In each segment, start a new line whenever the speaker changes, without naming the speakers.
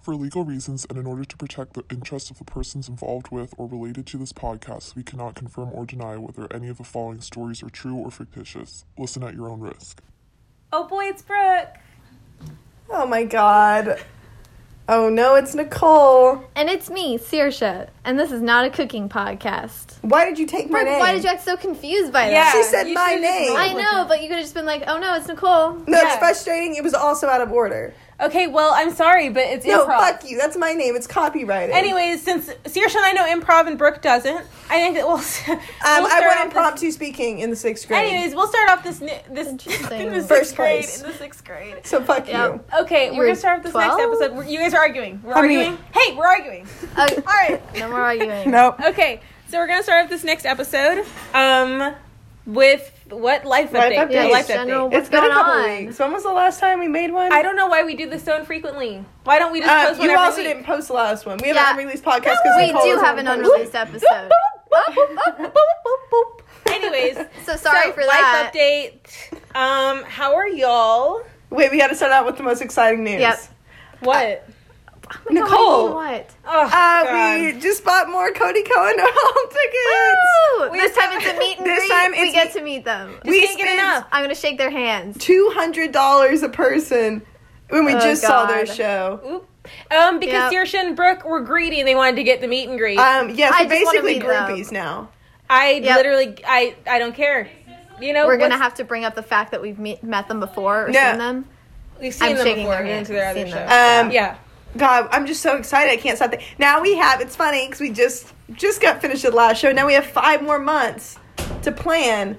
For legal reasons and in order to protect the interests of the persons involved with or related to this podcast, we cannot confirm or deny whether any of the following stories are true or fictitious. Listen at your own risk.
Oh boy, it's Brooke.
Oh my god. Oh no, it's Nicole.
And it's me, Saoirse, and this is not a cooking podcast.
Why did you take my
Brooke,
name?
why did you act so confused by
Yeah.
that?
She said
You
my
should've just
name.
rolled
I know, but you could have just been like, "Oh no, it's Nicole."
No, it's
Yeah.
frustrating. It was also out of order.
Okay, well, I'm sorry, but it's
No,
improv.
fuck you. That's my name. It's copyrighted.
Anyways, since Saoirse and I know improv and Brooke doesn't, I think that we'll. um,
um, I went
improv.
impromptu speaking in the sixth grade.
Anyways, we'll start off this ni- this in the
Interesting.
sixth
First
grade
place.
in the sixth grade.
so fuck
Yep.
you.
Okay, we're
were
gonna start off this
12?
next episode. We're, you guys are arguing. We're
How many-
arguing. Hey, we're arguing.
Uh,
All right.
no more arguing.
Nope.
Okay, so we're gonna start off this next episode. Um, with what life
Life
update?
update.
Your life
Just general-
update.
What's
it's been a
going
couple
on?
weeks. When was the last time we made one?
I don't know why we do this so infrequently. Why don't we just
Um,
post one
you
every
also
week?
didn't post the last one. We have
Yeah.
an unreleased podcast because
we do have an unreleased episode,
Anyways,
so sorry
so
for
life
that.
update. Um, how are y'all?
Wait, we had to start out with the most exciting news.
Yep.
What?
Oh,
Nicole, uh,
what?
Oh,
we just bought more Cody Cohen home tickets.
Woo!
We
this
just-
time it's a meet and
This
greet.
time
we
it's
get
meet-
to meet them.
we
can't get
spent-
enough.
I'm gonna shake their hands.
two hundred dollars a person when we
Oh,
just saw their
God.
show.
Oop. Um, because
Yep.
Saoirse and Brooke were greedy and they wanted to get the meet and greet.
Um, yes,
I
we're
just wanna
basically
meet them.
groupies now.
I
yep.
literally, I, I don't care. You know,
We're gonna
what's-
have to bring up the fact that we've meet, met them before or
No.
seen them.
We've seen
I'm
them
shaking
before.
their
We've been to
hand.
their other
Seen
show.
them.
Um,
yeah.
God, I'm just so excited. I can't stop. Th- now we have. It's funny because we just just got finished with the last show. Now we have five more months to plan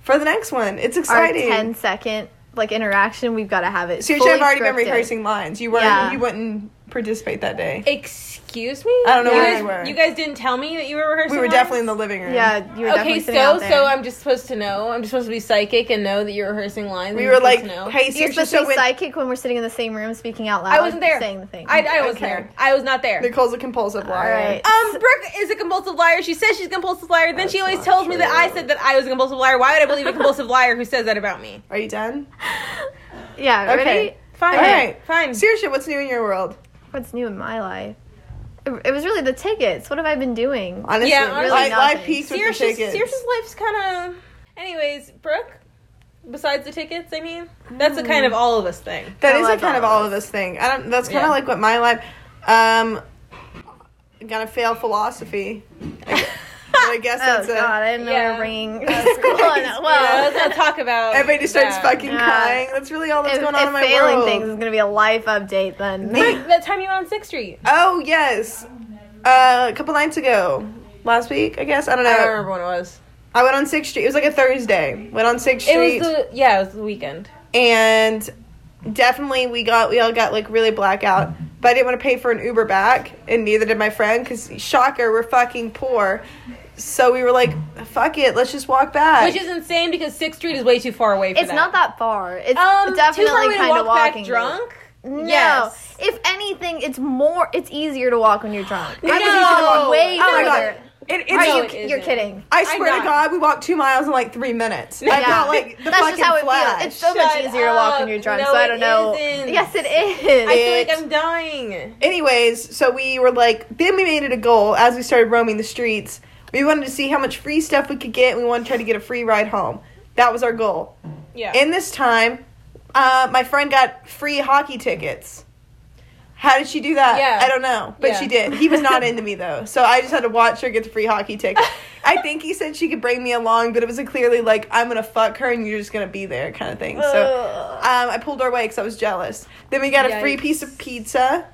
for the next one. It's
Our
exciting.
10 second like interaction, we've got to have it.
Seriously, I've
fully
already been
scripted.
rehearsing lines. You weren't.
Yeah.
You wouldn't participate that day.
Excuse me.
I don't know
you
where
guys,
we were.
You guys didn't tell me that you were rehearsing.
We were
lines?
definitely in the living room.
Yeah, you were
Okay,
definitely sitting
so
out there.
so I'm just supposed to know. I'm just supposed to be psychic and know that you're rehearsing lines.
We
I'm
were
supposed
like,
to know.
"Hey,
You're
seriously,
supposed
so
to be
when
psychic when we're sitting in the same room speaking out loud.
I wasn't there.
Saying the thing.
I, I wasn't
Okay.
there. I was not there.
Nicole's a compulsive liar.
right.
Um, Brooke is a compulsive liar. She says she's a compulsive liar. Then she always tells me that I said that I was a compulsive liar. Why would I believe a compulsive liar who says that about me?
Are you done?
yeah,
Okay.
ready?
Fine.
All right.
Fine.
Seriously, what's new in your world?
What's new in my life? It, it was really the tickets. What have I been doing?
Honestly,
Yeah, honestly,
life, life
nothing.
peaked with the
Sears'
tickets.
Sears' life's kind of. Anyways, Brooke. Besides the tickets, I mean, that's a kind of all of us thing.
That
I
is
like
a kind
all
of
of
all of us thing. I don't. That's kind of
Yeah.
like what my life. Um, I'm gonna fail philosophy. But I guess
Oh
that's
god,
a.
I didn't know
yeah.
we were bringing school. on that.
Yeah,
Well,
Uh, let's not talk about.
Everybody just starts
that.
fucking
Yeah.
crying. That's really all that's
if,
going on
if
in my
failing
world.
things is going to be a life update, then
Brooke, that time you were on Sixth Street.
Oh yes, uh, a couple nights ago, last week I guess. I don't know.
I
I,
don't remember when it was.
went on Sixth Street. It was like a Thursday. Went on Sixth Street.
It was the yeah, it was the weekend.
and definitely we got we all got like really blackout but i didn't want to pay for an uber back and neither did my friend because shocker we're fucking poor so we were like fuck it let's just walk back
Which is insane because Sixth Street is way too far away for
it's not that far. It's
Um, too far
definitely
away to
kind
walk
of walking.
back drunk.
No.
Yes.
If anything, it's more. It's easier to walk when you're drunk.
I was
No.
easy to walk-
Way
oh my
further.
god it, it's,
Are
No,
you?
it isn't.
you're kidding.
i
I'm
swear
not.
to god we walked two miles in like three minutes i
Yeah.
felt like the
That's
fucking
just how it
flash
feels. It's so much
Shut
easier to walk when
up.
you're drunk.
No,
so I
it
don't know.
isn't.
Yes, it is.
I feel
It-
like I'm dying.
anyways so we were like then we made it a goal as we started roaming the streets we wanted to see how much free stuff we could get and we wanted to try to get a free ride home that was our goal
Yeah.
In this time, uh, my friend got free hockey tickets. How did she do that?
Yeah.
I don't know, but
Yeah.
she did. He was not into me though, so I just had to watch her get the free hockey ticket. I think he said she could bring me along, but it was a clearly like I'm gonna fuck her and you're just gonna be there kind of thing. So um, I pulled her away because I was jealous. Then we got a free
Yikes.
piece of pizza,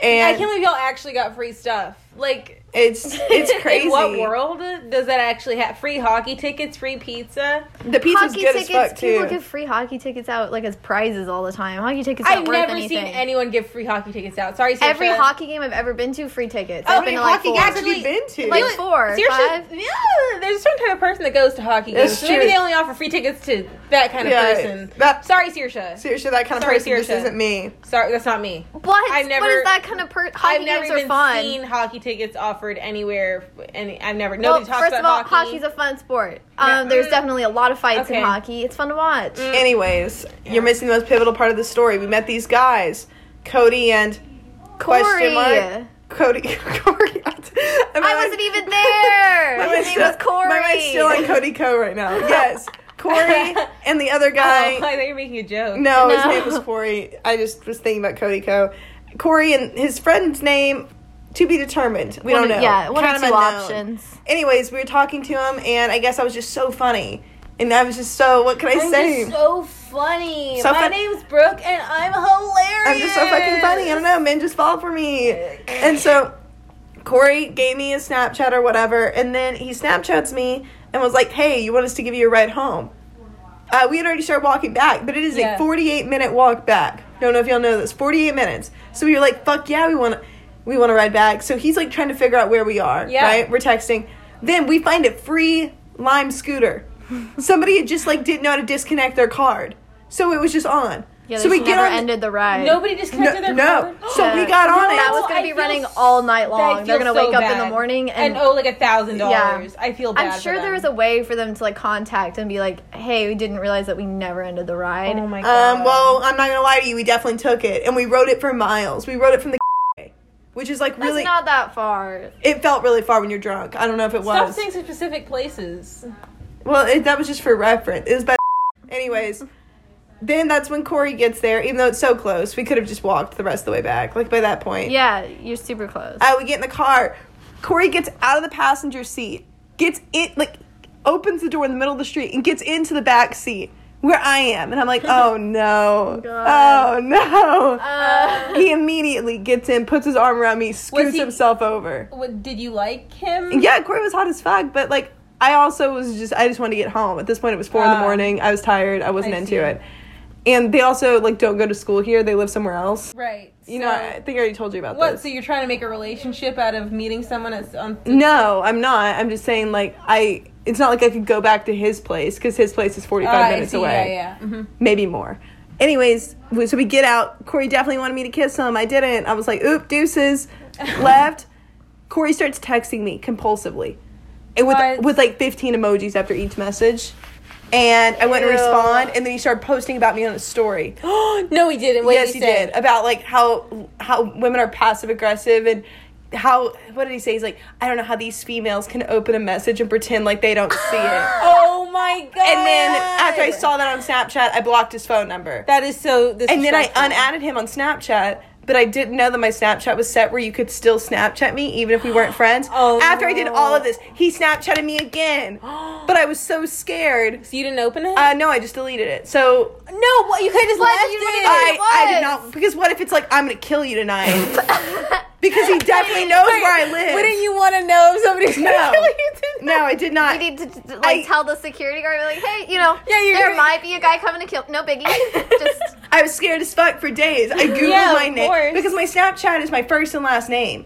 I
and
can't believe y'all actually got free stuff. Like
it's it's crazy.
in what world does that actually have free hockey tickets, free pizza?
The pizza's
hockey
good
tickets.
as fuck
people
too.
give free hockey tickets out like as prizes all the time. Hockey tickets.
I've
Not worth
never
anything.
seen anyone give free hockey tickets out. Sorry, Saoirse.
Every hockey game I've ever been to, free tickets.
Oh,
How
I've
many
been to like
hockey
four.
games have
Actually,
you been to?
like
You-
four,
Saoirse-
five.
Yeah, there's a certain kind of person that goes to hockey games.
That's
So maybe
true.
they only offer free tickets to that kind of
Yeah,
person.
that-
Sorry, Saoirse.
Seriously, that kind of
Sorry,
person just
Saoirse.
isn't me.
Sorry, that's not me.
What?
I've never-
what is that kind of per- hockey
I've never
games are
even
fun?
seen hockey tickets offered anywhere. Any, I've never.
well,
Nobody talks
first
about
of all,
hockey.
hockey's a fun sport. Um, there's
mm.
definitely a lot of fights
Okay. Mm.
in hockey. It's fun to watch.
Anyways, you're missing the most pivotal part of the story. We met these guys, Cody and Question mark. Cody.
Corey.
Corey. Am
I
on-
wasn't even there.
Am I
His name was Corey.
My mind's still on Cody Co right now. Yes, Corey and the other
I
guy.
thought you were making a joke.
No, his
Oh No.
name was Corey. I just was thinking about Cody Co. Corey and his friend's name to be determined. We
One
don't
of-
know.
Yeah, one
Kind
of two
unknown.
options.
Anyways, we were talking to him, and I guess I was just so funny, and I was just so. What can I say?
I'm just so funny.
So
My
fun-
name's Brooke, and I'm hilarious.
I'm just so fucking funny. I don't know, men just fall for me. And so Corey gave me a Snapchat or whatever, and then he Snapchats me and was like, "Hey, you want us to give you a ride home?" Uh, we had already started walking back, but it is
Yeah.
a 48 minute walk back. Don't know if y'all know this. 48 minutes. So we were like, "Fuck yeah, we want to, we want to ride back." So he's like trying to figure out where we are.
Yeah.
Right? We're texting. Then we find a free Lime scooter. Somebody had just like didn't know how to disconnect their card, so it was just on.
Yeah,
so
so
we get
never
on.
ended the ride.
Nobody just
No,
connected their
no.
phone?
So we got on it.
that was
No,
going
I
to be
feel
running
s-
all night long.
I
They're
feel
going to
so
wake up in
bad.
the morning and,
and owe like a thousand dollars. I feel bad.
I'm sure
for
there
them.
was a way for them to like contact and be like, "Hey, we didn't realize that we never ended the ride."
Oh my god.
Um, well, I'm not gonna lie to you. We definitely took it, and we rode it for miles. We rode it from the which is like
That's
really.
not that far.
it felt really far when you're drunk. I don't know if
uh,
it
Stop
was.
saying specific places.
Well, it, that was just for reference. It was by. Anyways, then that's when Corey gets there. Even though it's so close, we could have just walked the rest of the way back. Like by that point.
Yeah, you're super close.
Uh, we get in the car. Corey gets out of the passenger seat, gets in, like, opens the door in the middle of the street and gets into the back seat where I am. And I'm like, oh no.
God.
Oh no.
Uh.
he immediately gets in, puts his arm around me, scoots
he-
himself over.
What, did you like him?
Yeah, Corey was hot as fuck, but like, I also was just, I just wanted to get home. At this point, it was four in the
Ah.
morning. I was tired. I wasn't
I
into
see.
it. And they also, like, don't go to school here. They live somewhere else.
Right.
You know, I think I already told you about
what?
this.
So you're trying to make a relationship out of meeting someone at on
No, I'm not. I'm just saying, like, I. It's not like I could go back to his place because his place is 45
Ah, I
minutes
see,
away,
Yeah, yeah. Mhm.
maybe more. Anyways, we- so we get out. Corey definitely wanted me to kiss him. I didn't. I was like, oop, deuces, left. Corey starts texting me compulsively, and with
What?
with like 15 emojis after each message. And I went to
Ew.
respond, and then he started posting about me on his story.
no, he didn't. What
Mm-hmm. yes,
did
he
he, say?
did about like how how women are passive aggressive and how what did he say? He's like, I don't know how these females can open a message and pretend like they don't see it.
Oh my god.
And then after I saw that on Snapchat, I blocked his phone number.
that is so.
And then I
disrespectful.
unadded him on Snapchat. But I didn't know that my Snapchat was set where you could still Snapchat me even if we weren't friends.
Oh,
After I did all of
no.
this, he Snapchatted me again. But I was so scared.
So you didn't open it?
Uh, no, I just deleted it. So
no, what, you could have just
What?
left
You
it.
didn't
I,
It
I did
was.
not because what if it's like I'm gonna kill you tonight? because he definitely knows where I live.
Wouldn't you want to know if somebody's
No.
gonna kill you tonight?
no, I did not.
you need to t- t- like
I-
tell the security guard, like, "Hey, you know,
Yeah, you're
there
gonna-
might be a guy coming to kill." No biggie. Just
I was scared as fuck for days. I googled
Yeah, of
my name
course.
because my Snapchat is my first and last name.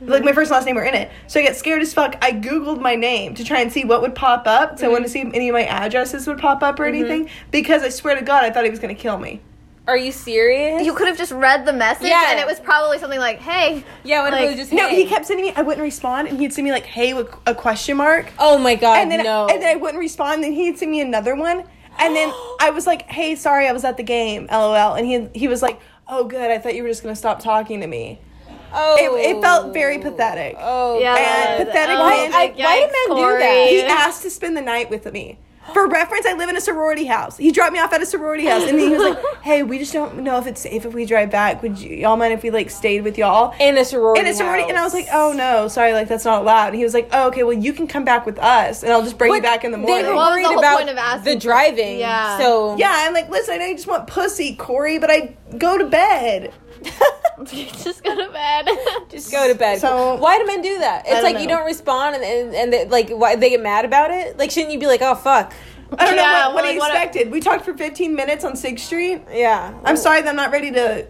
Like my first and last name were in it, so I got scared as fuck. I googled my name to try and see what would pop up. So I wanted to see if any of my addresses would pop up or anything. Because I swear to God, I thought he was gonna kill me.
Are you serious?
you could have just read the message,
Yeah.
and it was probably something like, "Hey,
yeah, what if it
like-
was just
No,
him?
he kept sending me. I wouldn't respond, and he'd send me like, "Hey," with a question mark.
Oh my god,
and then
no.
and then I wouldn't respond. Then he'd send me another one, and then I was like, "Hey, sorry, I was at the game, lol." And he he was like, "Oh, good, I thought you were just gonna stop talking to me."
oh,
It, it felt very pathetic.
Oh,
yeah,
And pathetic
oh,
man-
I- why do
yikes,
men do
Corey.
that?
He asked to spend the night with me. For reference, I live in a sorority house. He dropped me off at a sorority house, and then he was like, "Hey, we just don't know if it's safe if we drive back. Would you, y'all mind if we like stayed with y'all?"
in a sorority.
And it's sorority, and I was like,
house.
"Oh no, sorry, like that's not allowed." And he was like, "Oh, okay, well you can come back with us, and I'll just bring you
But
back in the morning."
They were
What was
worried
the whole
about
point of asking
the
for-
driving.
Yeah.
So
Yeah, I'm like, listen, I know you just want pussy, Corey, but I go to bed.
just go to bed."
just go to bed.
So-
why do men do that? It's
don't
like you
know.
don't respond, and and, and they, like why they get mad about it. Like shouldn't you be like, oh fuck,
I don't
Yeah,
know what, what
well,
he
like, what-
expected. we talked for 15 minutes on 6th Street.
yeah,
I'm sorry that I'm not ready to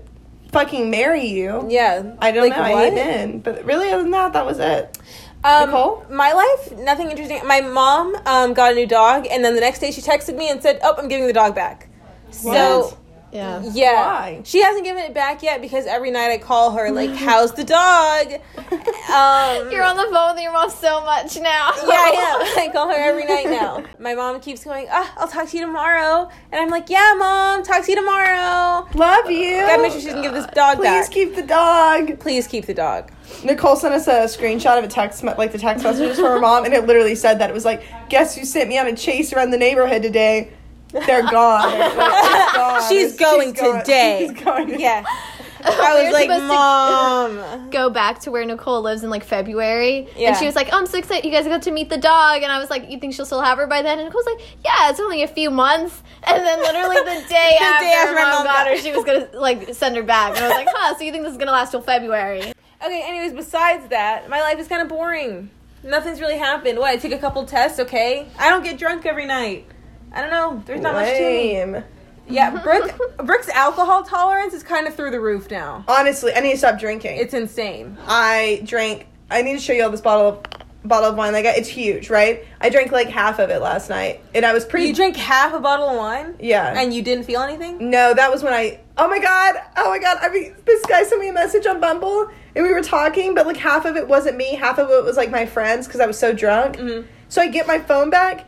fucking marry you.
yeah.
I don't
like,
know. I
What?
ain't in. But really, other than that, that was it.
Um,
Nicole?
my life, nothing interesting. My mom um, got a new dog, and then the next day she texted me and said, "Oh, I'm giving the dog back." So
What?
Yeah.
Yeah.
Why?
She hasn't given it back yet because every night I call her like, "How's the dog?" Um,
You're on the phone with your mom so much now.
yeah, I am. I call her every night now. My mom keeps going, ah, I'll talk to you tomorrow. And I'm like, yeah, mom, talk to you tomorrow.
Love you.
Gotta make sure she doesn't give this dog
Please
back.
keep the dog.
Please keep the dog.
Nicole sent us a screenshot of a text, me- like the text messages from her mom, and it literally said that it was like, "Guess who sent me on a chase around the neighborhood today? They're gone. They're gone.
She's going today.
She's going.
Yeah. I was
We were
like,
supposed to-
mom.
Go back to where Nicole lives in like February.
Yeah.
And she was like, oh, I'm so excited you guys got to meet the dog. And I was like, You think she'll still have her by then? And Nicole's like, Yeah, it's only a few months. And then literally the day,
The
after,
day after
my mom got her,
got-
she was going to like send her back. And I was like, Huh, so you think this is going to last till February?
Okay, anyways, besides that, my life is kind of boring. Nothing's really happened. What? I took a couple tests, okay? I don't get drunk every night. I don't know. There's not much to me.
Lame.
Yeah, Brooke, Brooke's alcohol tolerance is kind of through the roof now.
Honestly, I need to stop drinking.
It's insane.
I drank. I need to show you all this bottle of bottle of wine I got. It's huge, right? I drank like half of it last night, and I was pretty.
You drink half a bottle of wine?
yeah.
And you didn't feel anything?
No, that was when I. Oh my god! Oh my god! I mean, this guy sent me a message on Bumble, and we were talking, but like half of it wasn't me, half of it was like my friends because I was so drunk.
Mm-hmm.
So I get my phone back,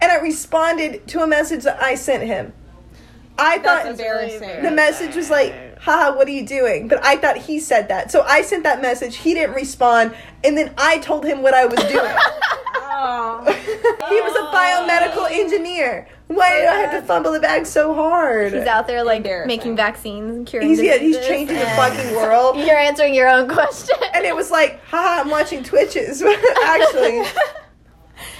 and I responded to a message that I sent him. I
That's
thought
embarrassing.
the message was like, haha, what are you doing? But I thought he said that. So I sent that message, he didn't respond, and then I told him what I was doing.
Oh.
he was a biomedical engineer. Why did I have to fumble the bag so hard?
He's out there like
Embarrassing.
making vaccines and curing
He's, yeah,
diseases.
he's changing the
and
fucking world.
You're answering your own question.
And it was like, haha, I'm watching Twitches, actually.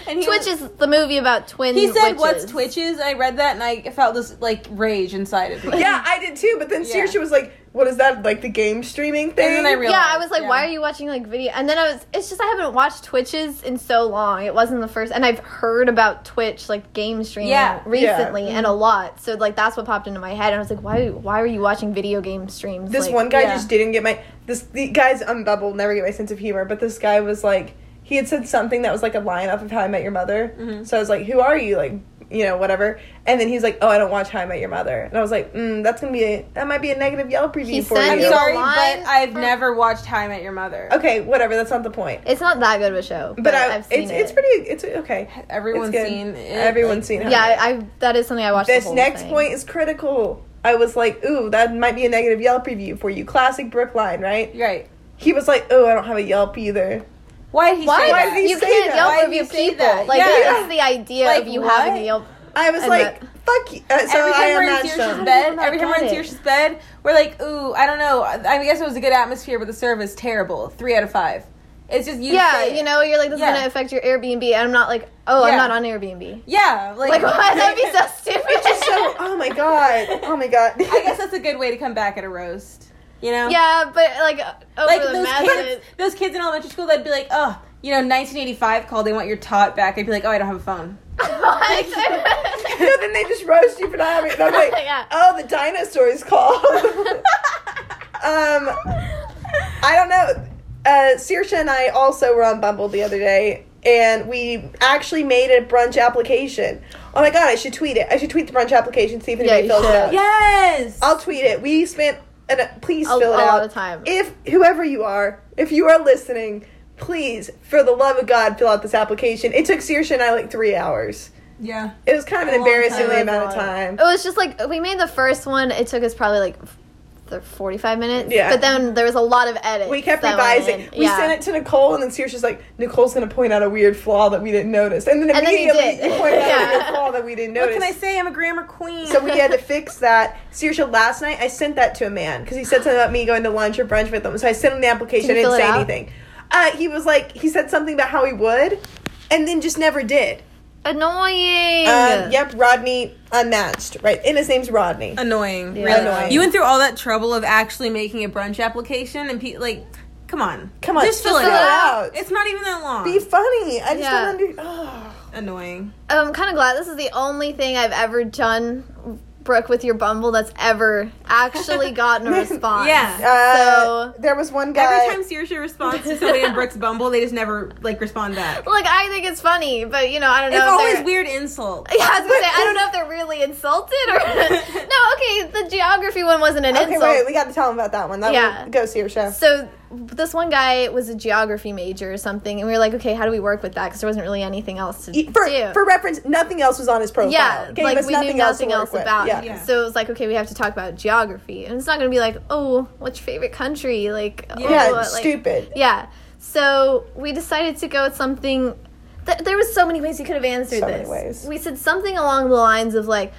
And he
Twitch is the movie about twin
He said, "What's
witches."
Twitches?" I read that and I felt this like rage inside of me.
Yeah, I did too, but then
Yeah.
Saoirse was like, what is that, like the game streaming thing?
then I realized-
yeah, I was like,
yeah.
why are you watching like video? And then I was, it's just I haven't watched Twitches in so long. It wasn't the first, and I've heard about Twitch like game streaming
Yeah. Mm-hmm.
recently and a lot. So like that's what popped into my head, and I was like, why? Why are you watching video game streams?
this
Like,
one guy
yeah.
just didn't get my, this, the guys on Bubble never get my sense of humor, but this guy was like, he had said something that was like a line off of How I Met Your Mother.
Mm-hmm.
So I was like, who are you? Like, you know, whatever. And then he's like, oh, I don't watch How I Met Your Mother. And I was like, mm, that's going to be, a, that might be a negative Yelp review
He
for
said
I'm
you.
you-
sorry,
alive?
but I've never watched How I Met Your Mother.
Okay, whatever, that's not the point.
It's not that good of a show, but,
But I,
I've seen
it's,
it.
it's pretty, it's okay.
Everyone's
It's good.
seen it.
Everyone's seen How I
Yeah,
Met
I, I that is something I watched. the
This
whole
next
thing.
point is critical. I was like, ooh, that might be a negative Yelp review for you. Classic Brookline, right?
right.
He was like, oh, I don't have a Yelp either.
Why did he
Why?
say
Why
that?
did he
you
say
can't
that?
Yelp
Why did he
review
say
people.
that?
Like
Yeah.
this is the idea
Like,
of you having
what?
a Yelp.
I was
And
like,
that-
fuck you. Uh, so
every
I
time we're in
unmatched
Saoirse's
him.
bed,
I
every time
got
we're in
it.
Saoirse's bed, we're like, ooh, I don't know. I I guess it was a good atmosphere, but the service terrible. Three out of five. It's just you.
Yeah,
say it.
you know, you're like this
Yeah.
is gonna affect your Airbnb, and I'm not like, oh,
Yeah.
I'm not on Airbnb.
Yeah, like,
Like, why? That'd be so stupid.
So, oh my god. Oh my god.
I guess that's a good way to come back at a roast. You know?
Yeah, but like uh, over
Like
the
those
message.
kids, those kids in elementary school, they'd be like, oh, you know, 1985 called. They want your tot back. I'd be like, oh, I don't have a phone.
no, then they just roast you for not having it. And I'm like,
Yeah.
oh, the dinosaurs call. um, I don't know. Uh, Saoirse and I also were on Bumble the other day, and we actually made a brunch application. Oh my god, I should tweet it. I should tweet the brunch application, see if anybody
you
fills it
should.
out.
Yes.
I'll tweet it. We spent. An, please
A-
fill it
a
out.
lot of time.
If whoever you are, if you are listening, please, for the love of God, fill out this application. It took Saoirse and I like three hours.
yeah.
It was kind of an
long time.
embarrassingly
It was
amount of
a lot.
time.
It was just like we made the first one. It took us probably like f- th- forty-five minutes.
Yeah.
But then there was a lot of edits.
We kept
that
revising.
went in.
We sent it to Nicole, and then Saoirse's like, "Nicole's gonna point out a weird flaw that we didn't notice," and then
And then you
immediately
did.
you pointed out a weird
Yeah.
flaw that we didn't
What
notice.
can I say? I'm a grammar queen.
so we had to fix that. Saoirse, last night I sent that to a man because he said something about me going to lunch or brunch with him. So I sent him the application.
Did
I
he
didn't
fill it
say
out?
anything. Uh, he was like, he said something about how he would, and then just never did.
Annoying.
Um, yep, Rodney unmatched. Right, and his name's Rodney.
annoying.
Yeah.
Really
Annoying.
You went through all that trouble of actually making a brunch application, and pe- like, come on,
Come on,
just fill it
fill it
out.
out.
It's not even that long.
Be funny. I just
Yeah.
don't under. Oh.
annoying.
I'm kind of glad this is the only thing I've ever done, Brooke, with your Bumble that's ever actually gotten a response.
Yeah.
Uh,
So-
there was one guy.
Every time Saoirse responds to somebody in Brooks Bumble, they just never like respond back.
Look, I think it's funny, but you know, I don't know.
It's
if they're-
always weird insult.
Yeah, I was gonna say I don't know if they're really insulted or no. Okay, the geography one wasn't an
Okay,
insult.
wait, we got to tell him about that one. That
Yeah.
one, go see your show.
So this one guy was a geography major or something, and we were like, okay, how do we work with that? Because there wasn't really anything else to
You- E, For,
do.
for reference, nothing else was on his profile.
yeah,
Gave
like
us
we knew nothing
to
else,
work with.
about
Yeah.
it.
Yeah.
So it was like, okay, we have to talk about geography, and it's not going to be like, oh, what's your favorite country? Like, oh,
Yeah,
like-
stupid.
Yeah. So we decided to go with something. Th- there was so many ways you could have answered
So many
this.
ways.
We said something along the lines of like,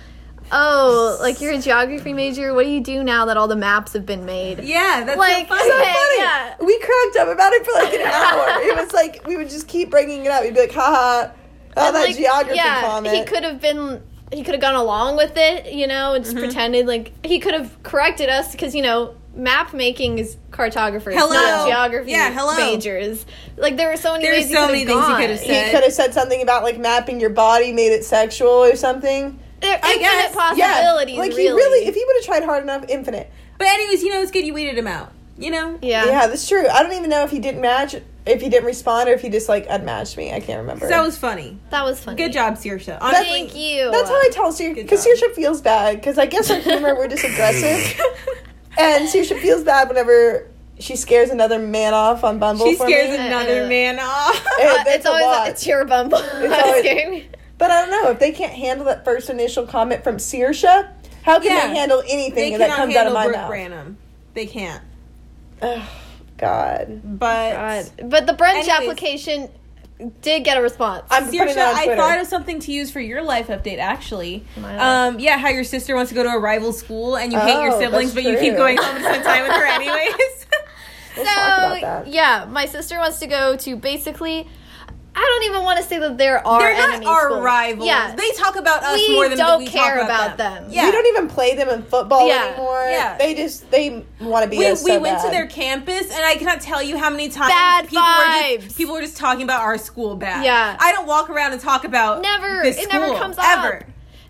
"Oh, like you're a geography major. What do you do now that all the maps have been made?"
Yeah, that's
Like,
so funny.
okay.
Funny.
Yeah.
We cracked up about it for like an hour. it was like we would just keep bringing it up. We'd be like, haha, all
And,
that
like,
geography comment.
He could have been. He could have gone along with it, you know, and just
Mm-hmm.
pretended like he could have corrected us because you know map making is cartographers,
Hello.
not geography
Yeah, hello.
majors. Like there were so many.
There are
ways
so
he
many things he could have
gone.
said.
He could have said something about like mapping your body made it sexual or something.
There are
I
infinite
guess.
possibilities.
like
really.
he really, if he would have tried hard enough, infinite.
But anyways, you know it's good you weeded him out. You know.
yeah.
Yeah, that's true. I don't even know if he didn't match, if he didn't respond, or if he just like unmatched me. I can't remember.
So that was funny.
That was funny.
Good job, Saoirse.
That's-
Honestly,
Thank you.
That's how I tell Saoirse
Good
because
job.
Saoirse feels bad because I guess her humor we're just aggressive, and Saoirse feels bad whenever she scares another man off on Bumble.
she
for
scares
me.
another
Uh,
man off.
It-
Uh,
that's
it's
a
always
lot.
it's your bumble. It's
always-
always,
But I don't know if they can't handle that first initial comment from Saoirse. How can
Yeah.
they handle
they
anything that
cannot
comes out
handle
of my
Brooke
mouth?
Branham. They can't.
Ugh, God,
But
But the brunch
Anyways.
application did get a response.
I'm putting
Saoirse,
it on
I
Twitter.
thought of something to use for your life update. Actually,
My life.
um, yeah, how your sister wants to go to a rival school and you hate
Oh,
your siblings, but
that's
you keep
true.
going home to spend time with her anyways.
so
talk about that.
yeah, my sister wants to go to basically. I don't even want to say that they're our
They're not
enemy
our
schools.
rivals.
Yeah,
They talk about us
We
more than
don't
we talk
care
about
about
them.
them.
Yeah,
We don't even play them in football
Yeah.
anymore.
Yeah.
They just they want to be.
we,
us
we
so
went to
bad.
their campus and I cannot tell you how many times
Bad
people were just
vibes.
people were just talking about our school bad.
Yeah.
I don't walk around and talk about
never.
this
It never
school,
comes up.
ever.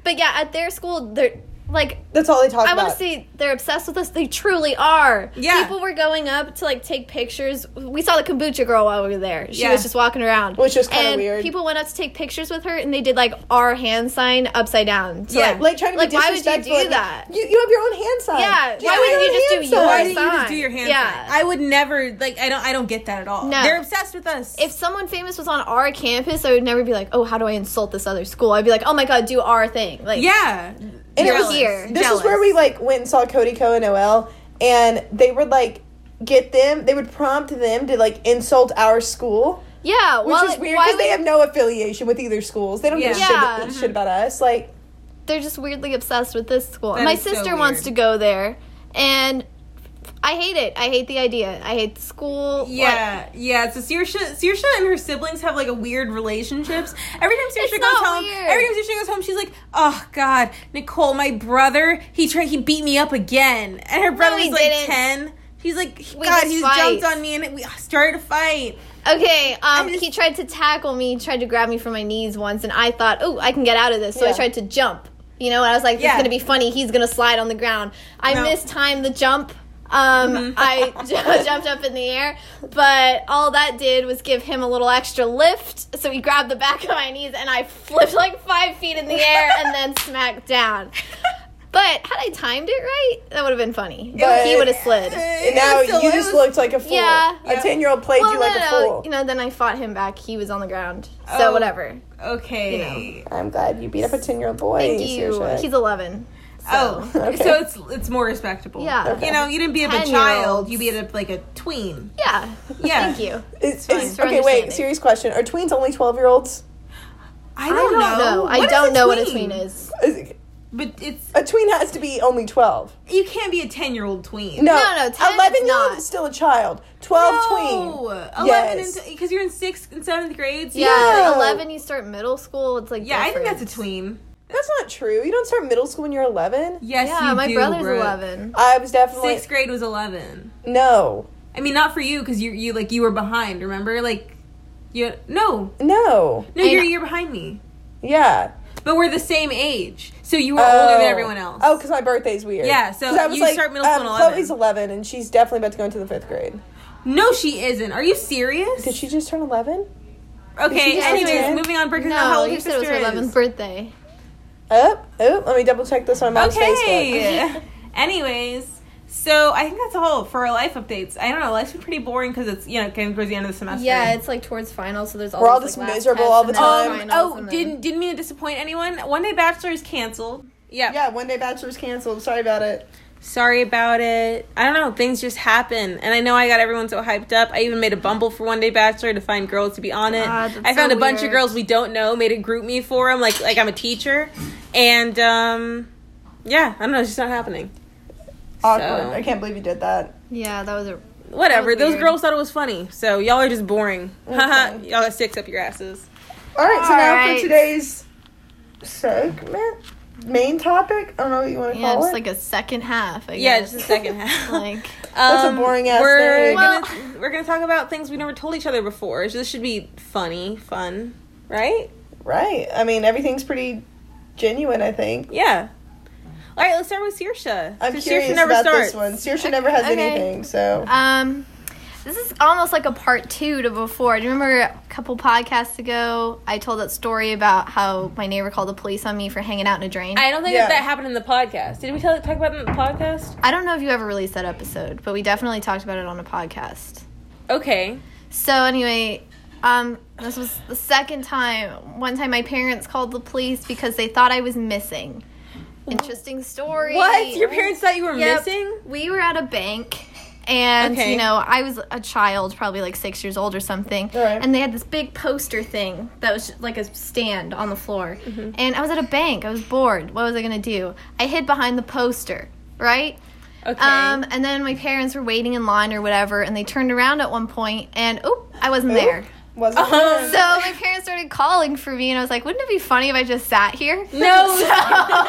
But yeah, at their school, they're like
That's all they talk
I
about.
want to say they're obsessed with us. They truly are.
Yeah.
People were going up to like take pictures. We saw the kombucha girl while we were there. She
Yeah.
was just walking around,
Which is kinda
And
weird.
People went up to take pictures with her, and they did like our hand sign upside down. So,
Yeah.
like,
like trying to
Like,
be
why would you
disrespectful.
do
Like,
that?
You, you have your own hand sign.
Yeah,
Do
why
have
wouldn't
your
you
own
just do
hand
yours?
Why
sign?
didn't you just do
sign.
your hand
Yeah.
sign? I would never like I don't I don't get that at all.
No.
They're obsessed with us.
if someone famous was on our campus, I would never be like, oh, how do I insult this other school? I'd be like, oh my god, do our thing. Like,
yeah.
And it
You're
was
here.
This
Jealous.
is where we like went and saw Cody Ko and Noel, and they would like get them. They would prompt them to like insult our school,
yeah.
which
well,
is
like,
weird
why
because they
would-
have no affiliation with either schools. They don't give a
Yeah.
shit,
Yeah. Mm-hmm.
shit about us. Like
they're just weirdly obsessed with this school.
That
My
is so
sister
weird.
wants to go there, and I hate it. I hate the idea. I hate school. Like,
Yeah, yeah. So Saoirse, Saoirse and her siblings have like a weird relationships. Every time Saoirse
It's
goes
not
home,
weird.
every time Saoirse goes home, she's like, "Oh God, Nicole, my brother, he tried, he beat me up again." And her brother
he
was like
didn't.
ten. He's like, "God,
just
he's
fight.
jumped on me and we started a fight."
Okay, um,
just-
he tried to tackle me, tried to grab me from my knees once, and I thought, oh, I can get out of this. So I
Yeah.
tried to jump. You know, and I was like, this
Yeah.
is going to be funny. He's going to slide on the ground. I
No. Mm-hmm.
mistimed the jump. Um, I j- jumped up in the air, but all that did was give him a little extra lift. So he grabbed the back of my knees, and I flipped like five feet in the air and then smacked down. But had I timed it right, that would have been funny.
But-
he would have slid.
And
now you just looked like a fool.
Yeah.
a ten year old played you like a
no, no,
fool.
You know, then I fought him back. He was on the ground. So
Oh.
whatever.
okay.
I'm glad you beat up a ten year old boy.
Thank you.
Saoirse.
He's 11.
Oh,
So.
Okay.
so it's it's more respectable.
Yeah. Okay.
you know, you didn't beat up a
10-year-olds.
child; you beat up like a tween.
Yeah.
Yeah,
Thank you.
It's,
Thanks
it's,
for
okay, wait.
understanding.
Serious question: Are tweens only twelve year olds?
I
I
don't,
don't know. I
What is
don't know what a tween is.
A
But it's
tween has to be only twelve.
you can't be a ten year old tween.
No,
No, no, 10 is
year old
not.
is still a child. Twelve tween. Yes.
eleven because you're in sixth and seventh grades.
Yeah.
No.
11, you start middle school. It's like,
yeah, I think
different.
that's a tween.
That's not true. You don't start middle school when you're eleven.
Yes,
Yeah,
you
my
do,
brother's
Brooke.
11.
I was definitely
Sixth grade was eleven.
no,
I mean, not for you because you you like you were behind. Remember, like you no
no,
no
I
you're
know.
you're behind me.
yeah.
but we're the same age. So you were older than everyone else.
Oh, because my birthday's weird.
Yeah, so
'Cause
you start middle school at
um, Chloe's 11, and she's definitely about to go into the fifth grade.
no, she isn't. Are you serious?
Did she just turn 11?
okay.
just
Anyways,
turn?
moving on. Breaking down how
No,
old
you
your
said it was
sister
her
is.
11th birthday.
Oh, oh, let me double check this on mom's Facebook.
Okay. Anyways, so I think that's all for our life updates. I don't know. Life's been pretty boring because it's you know getting towards the end of the semester.
Yeah, it's like towards finals, so there's all
We're all
these,
just
like, last
miserable
tests
all the
and then
time.
Um,
finals
oh,
and then-
didn't didn't mean to disappoint anyone. One Day Bachelor is canceled. Yeah.
Yeah, one day bachelor's canceled. Sorry about it.
Sorry about it. I don't know. Things just happen, and I know I got everyone so hyped up. I even made a Bumble for One Day Bachelor to find girls to be on it.
God, that's
I found
so
a bunch of
weird.
girls we don't know. Made a group me for them, like like I'm a teacher, and um, yeah, I don't know. It's just not happening.
Awkward.
So-
I can't believe you did that.
Yeah, that was a.
Whatever.
That was
Those
weird.
girls thought it was funny, so y'all are just boring. Haha.
Okay.
y'all got sticks up your asses.
All right, so
All
now
right.
for today's segment, main topic. I don't know what you want to
Yeah,
call
just
it.
like a second half. I
Yeah,
guess.
just the second half.
like
That's a
Um,
boring-ass
We're
thing.
gonna we're gonna talk about things we never told each other before. So this should be funny, fun, right?
right. I mean, everything's pretty genuine. I think.
Yeah. All right, let's start with Saoirse.
I'm
'cause
curious about this one. Saoirse never has
Okay.
anything, so
um, this is almost like a part two to before. Do you remember a couple podcasts ago? I told that story about how my neighbor called the police on me for hanging out in a drain. I,
I don't think
Yeah.
that, that happened in the podcast. Did we tell, talk about it in the podcast?
don't know if you ever released that episode, but we definitely talked about it on a podcast.
Okay.
So anyway, um, this was the second time. One time, my parents called the police because they thought I was missing. Interesting story.
What? Your parents thought you were
Yep.
missing?
We were at a bank. And
Okay.
you know, I was a child, probably like six years old or something.
Alright.
And they had this big poster thing that was like a stand on the floor.
Mm-hmm.
And I was at a bank. I was bored. What was I gonna do? I hid behind the poster, right?
Okay.
Um, and then my parents were waiting in line or whatever, and they turned around at one point, and oop, I
Oh.
wasn't there.
wasn't
Um,
So my parents started calling for me, and I was like, "Wouldn't it be funny if I just sat here?"
No.
So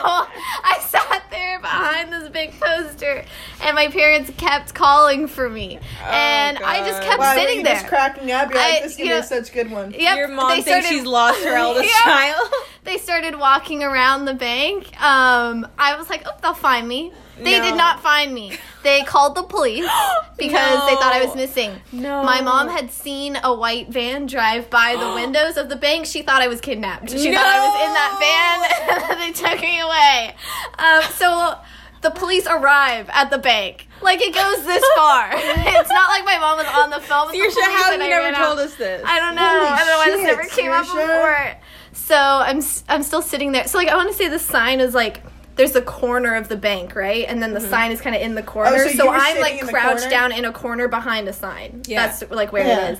I sat there behind this big poster, and my parents kept calling for me, and I just
Oh, God.
kept
Why were
sitting
you
there.
just cracking up? You're like,
I-
this
you
kid
know-
is such a good one.
Yep,
Your mom
they
thinks
started-
she's lost her eldest
Yeah.
child.
They started walking around the bank. Um, I was like, "Oh, they'll find me." They
No.
did not find me. They called the police because they thought I was
No.
missing.
No.
My mom had seen a white van drive by the windows of the bank. She thought I was kidnapped. She thought I was in that van. they took me away. Um, so the police arrive at the bank. Like it goes this far. it's not like my mom was on the phone. With the
Saoirse,
police
how have
and
you
I
never
ran out.
told us this?
I don't know.
Holy
I don't know why this
shit,
never came up
Saoirse.
before. So I'm s- I'm still sitting there. So like I want to say the sign is like there's the corner of the bank, right? And
Mm-hmm.
then the sign is kind of
Oh,
in the corner.
so you were
I'm
sitting
like
in the
crouched
corner?
down in a corner behind a sign.
Yeah.
That's like where
Yeah.
it is.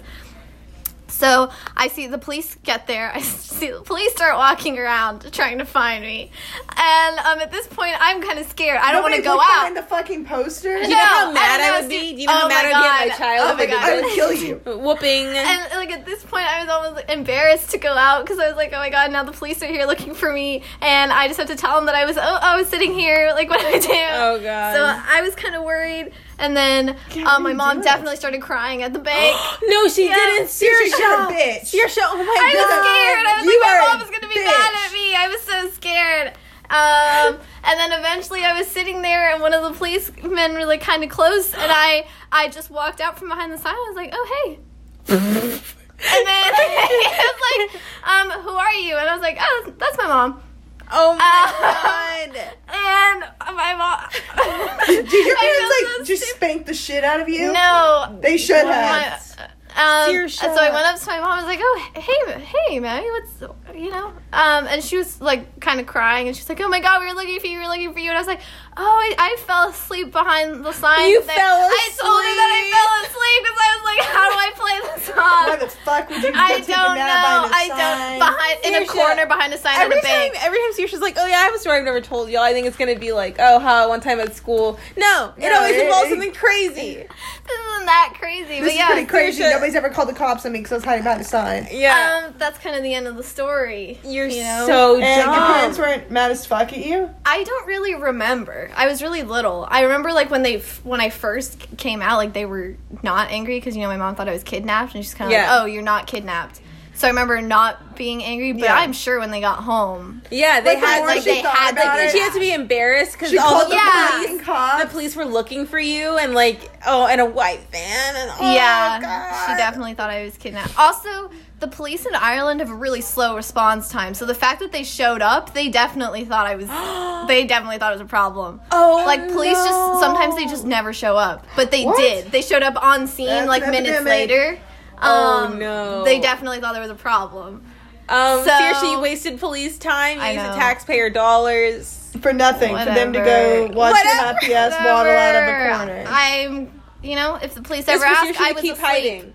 So I see the police get there. I see the police start walking around trying to find me, and um, at this point I'm kind of scared. I don't want to
Nobody
go
looked
out.
behind the fucking poster.
Do you know
No,
how mad
I don't
I,
know,
would
see-
be? Do you know how
oh
mad
my
I would be at
God.
my child
Oh
if
my
I did
God.
I would kill you.
this? Whooping.
and like at this point i was almost embarrassed to go out because i was like oh my god now the police are here looking for me and i just have to tell them that i was oh i was sitting here like what do i do
Oh, God.
so i was kind of worried and then
what
uh,
do
my
you
mom
do?
definitely started crying at the bank
no, she
Yeah.
didn't.
Saoirse,
Saoirse,
you're a bitch.
Saoirse, oh my
I was
god.
scared. I was
You
like, my
are a
mom is gonna be mad
bitch.
at me. I was so scared. Um, and then eventually, I was sitting there, and one of the policemen were like kind of close, and I I just walked out from behind the sign. I was like, oh hey. and then he was like, um, who are you? And I was like, oh, that's my mom.
Oh my
Uh,
god.
And my mom.
Did your
I feel
parents
so
like just
stupid.
spank the shit out of you?
No,
They should
my,
have.
um,
Serious
so I
shot.
went up to my mom. I was like, "Oh, hey, hey, Mary, what's you know?" Um, and she was like, kind of crying, and she's like, "Oh my God, we were looking for you. We were looking for you." And I was like, "Oh, I, I fell asleep behind the sign."
You
today."
fell
I told her that I fell asleep because I was like, "How do I play the song?"
Why the fuck would you go
I
take a
don't
nap
know.
behind
I
a
don't
sign?
behind in a
Serious
corner
shit.
behind a sign
every
at a
time,
bank.
every time Saoirse's like, "Oh yeah, I have a story I've never told y'all." I think it's gonna be like, "Oh, how one time at school." No, it
No,
always
it-
involves
it-
something crazy.
This isn't that
This
crazy, but
is
yeah,
pretty crazy.
Saoirse-
Nobody's ever called the cops on me because I was hiding behind a sign.
Yeah,
Um, that's kind of the end of the story.
you're
you know?
so
And your parents
dumb.
weren't mad as fuck at you?
I don't really remember. I was really little. I remember like when they f- when I first came out, like they were not angry because you know my mom thought I was kidnapped, and she's kind of
Yeah.
like, "Oh, you're not kidnapped." So I remember not being angry, but
Yeah.
I'm sure when they got home,
Yeah, they
Like, the
had
more
like
she
they
thought
had
about
like
it-
she had to be embarrassed because
She
all
called
the
the
Yeah.
fucking
police,
cops.
the police were looking for you, and like oh, and a white van, and oh,
yeah,
God.
she definitely thought I was kidnapped. Also, the police in Ireland have a really slow response time, so the fact that they showed up, they definitely thought I was. they definitely thought it was a problem.
Oh,
like police
no.
just sometimes they just never show up, but they
What?
did. They showed up on scene
That's
like
an
minutes
epidemic.
later.
Oh,
Um,
no.
They definitely thought there was a problem.
Um,
So-
seriously, you wasted police time, you
I
used
know.
taxpayer dollars.
for nothing for them to go
Whatever.
watch
Whatever.
a happy ass waddle out of a corner.
I'm, you know, if the police
This
ever
was you
ask, I
should
was
keep
asleep.
hiding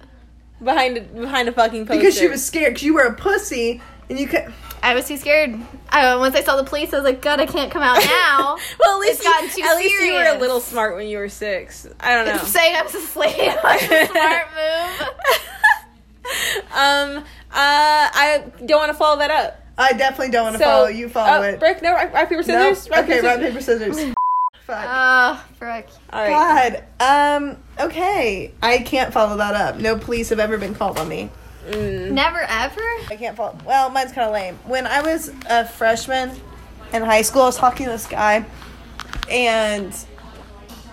behind a, behind a fucking poster
because she was scared because you were a pussy and you could.
I was too scared. I, once I saw the police, I was like, God, I can't come out now.
well, at least
It's
you,
gotten too
at least you were a
serious.
little smart when you were six. I don't know.
Saying I was asleep was a smart move.
um, uh, I don't want to follow that up.
I definitely don't want to
So
follow you. Follow
oh,
it.
Brick, no, rock, rock paper
No?
scissors. Uh, Rock,
okay,
paper,
rock
scissors.
paper scissors. Fuck.
Oh, frick.
All right.
God. Um. Okay. I can't follow that up. No police have ever been called on me.
Never ever?
I can't follow. Well, mine's kind of lame. When I was a freshman in high school, I was talking to this guy, and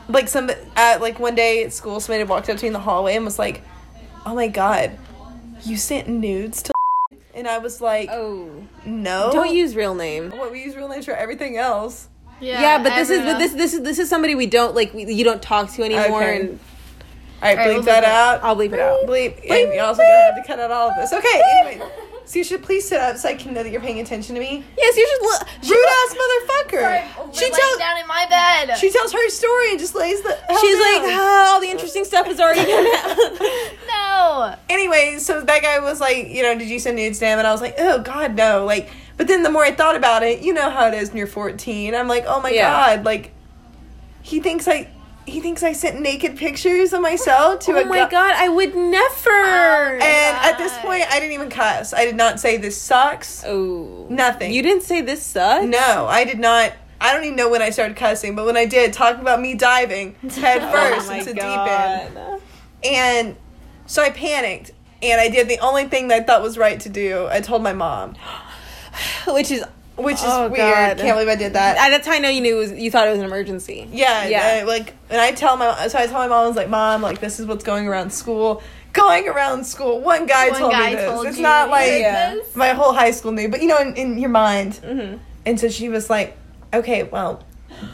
like some uh, like one day at school, somebody walked up to me in the hallway and was like, "Oh my god, you sent nudes to," and I was like,
Oh,
"No,
don't use real name.
What we use real names for everything else."
Yeah, but this is but this this is this is somebody we don't like. We, you don't talk to anymore,
Okay.
and
All right,
right,
bleep
we'll
that
bleep it.
out.
I'll bleep it out.
Bleep. And you're also gonna have to cut out all of this. Okay. Anyway, so you should please sit up so I can know that you're paying attention to me.
Yes, you should look.
Rude ass motherfucker.
she
she
laying
tells
down in my bed.
she tells her story and just lays the. hell
She's
down.
like, "Ah, all the interesting stuff is already Oh gonna.
no.
anyway, so that guy was like, you know, did you send nudes to him? And I was like, oh god, no. Like, but then the more I thought about it, you know how it is when you're 14. I'm like, oh my
Yeah.
god, like, he thinks I. He thinks I sent naked pictures of myself to
oh
a
my
gu-
god, I would never.
Um, And at this
God.
point, I didn't even cuss. I did not say this sucks.
oh,
Nothing.
You didn't say this sucks.
No, I did not. I don't even know when I started cussing, but when I did, talking about me diving head first into
Oh
deep
God.
end. And so I panicked and I did the only thing that I thought was right to do. I told my mom,
Which is
which is
Oh,
weird.
God.
Can't believe I did that.
at that time I know you knew it was, you thought it was an emergency.
yeah,
Yeah.
yeah. like, and I tell my so I tell my mom, I was like, Mom, like this is what's going around school. Going around school. One guy
One
told
guy
me this.
told
it's
you
not
you
like
did
Yeah.
this?
my whole high school knew, but you know, in, in your mind.
Mm-hmm.
And so she was like, okay, well,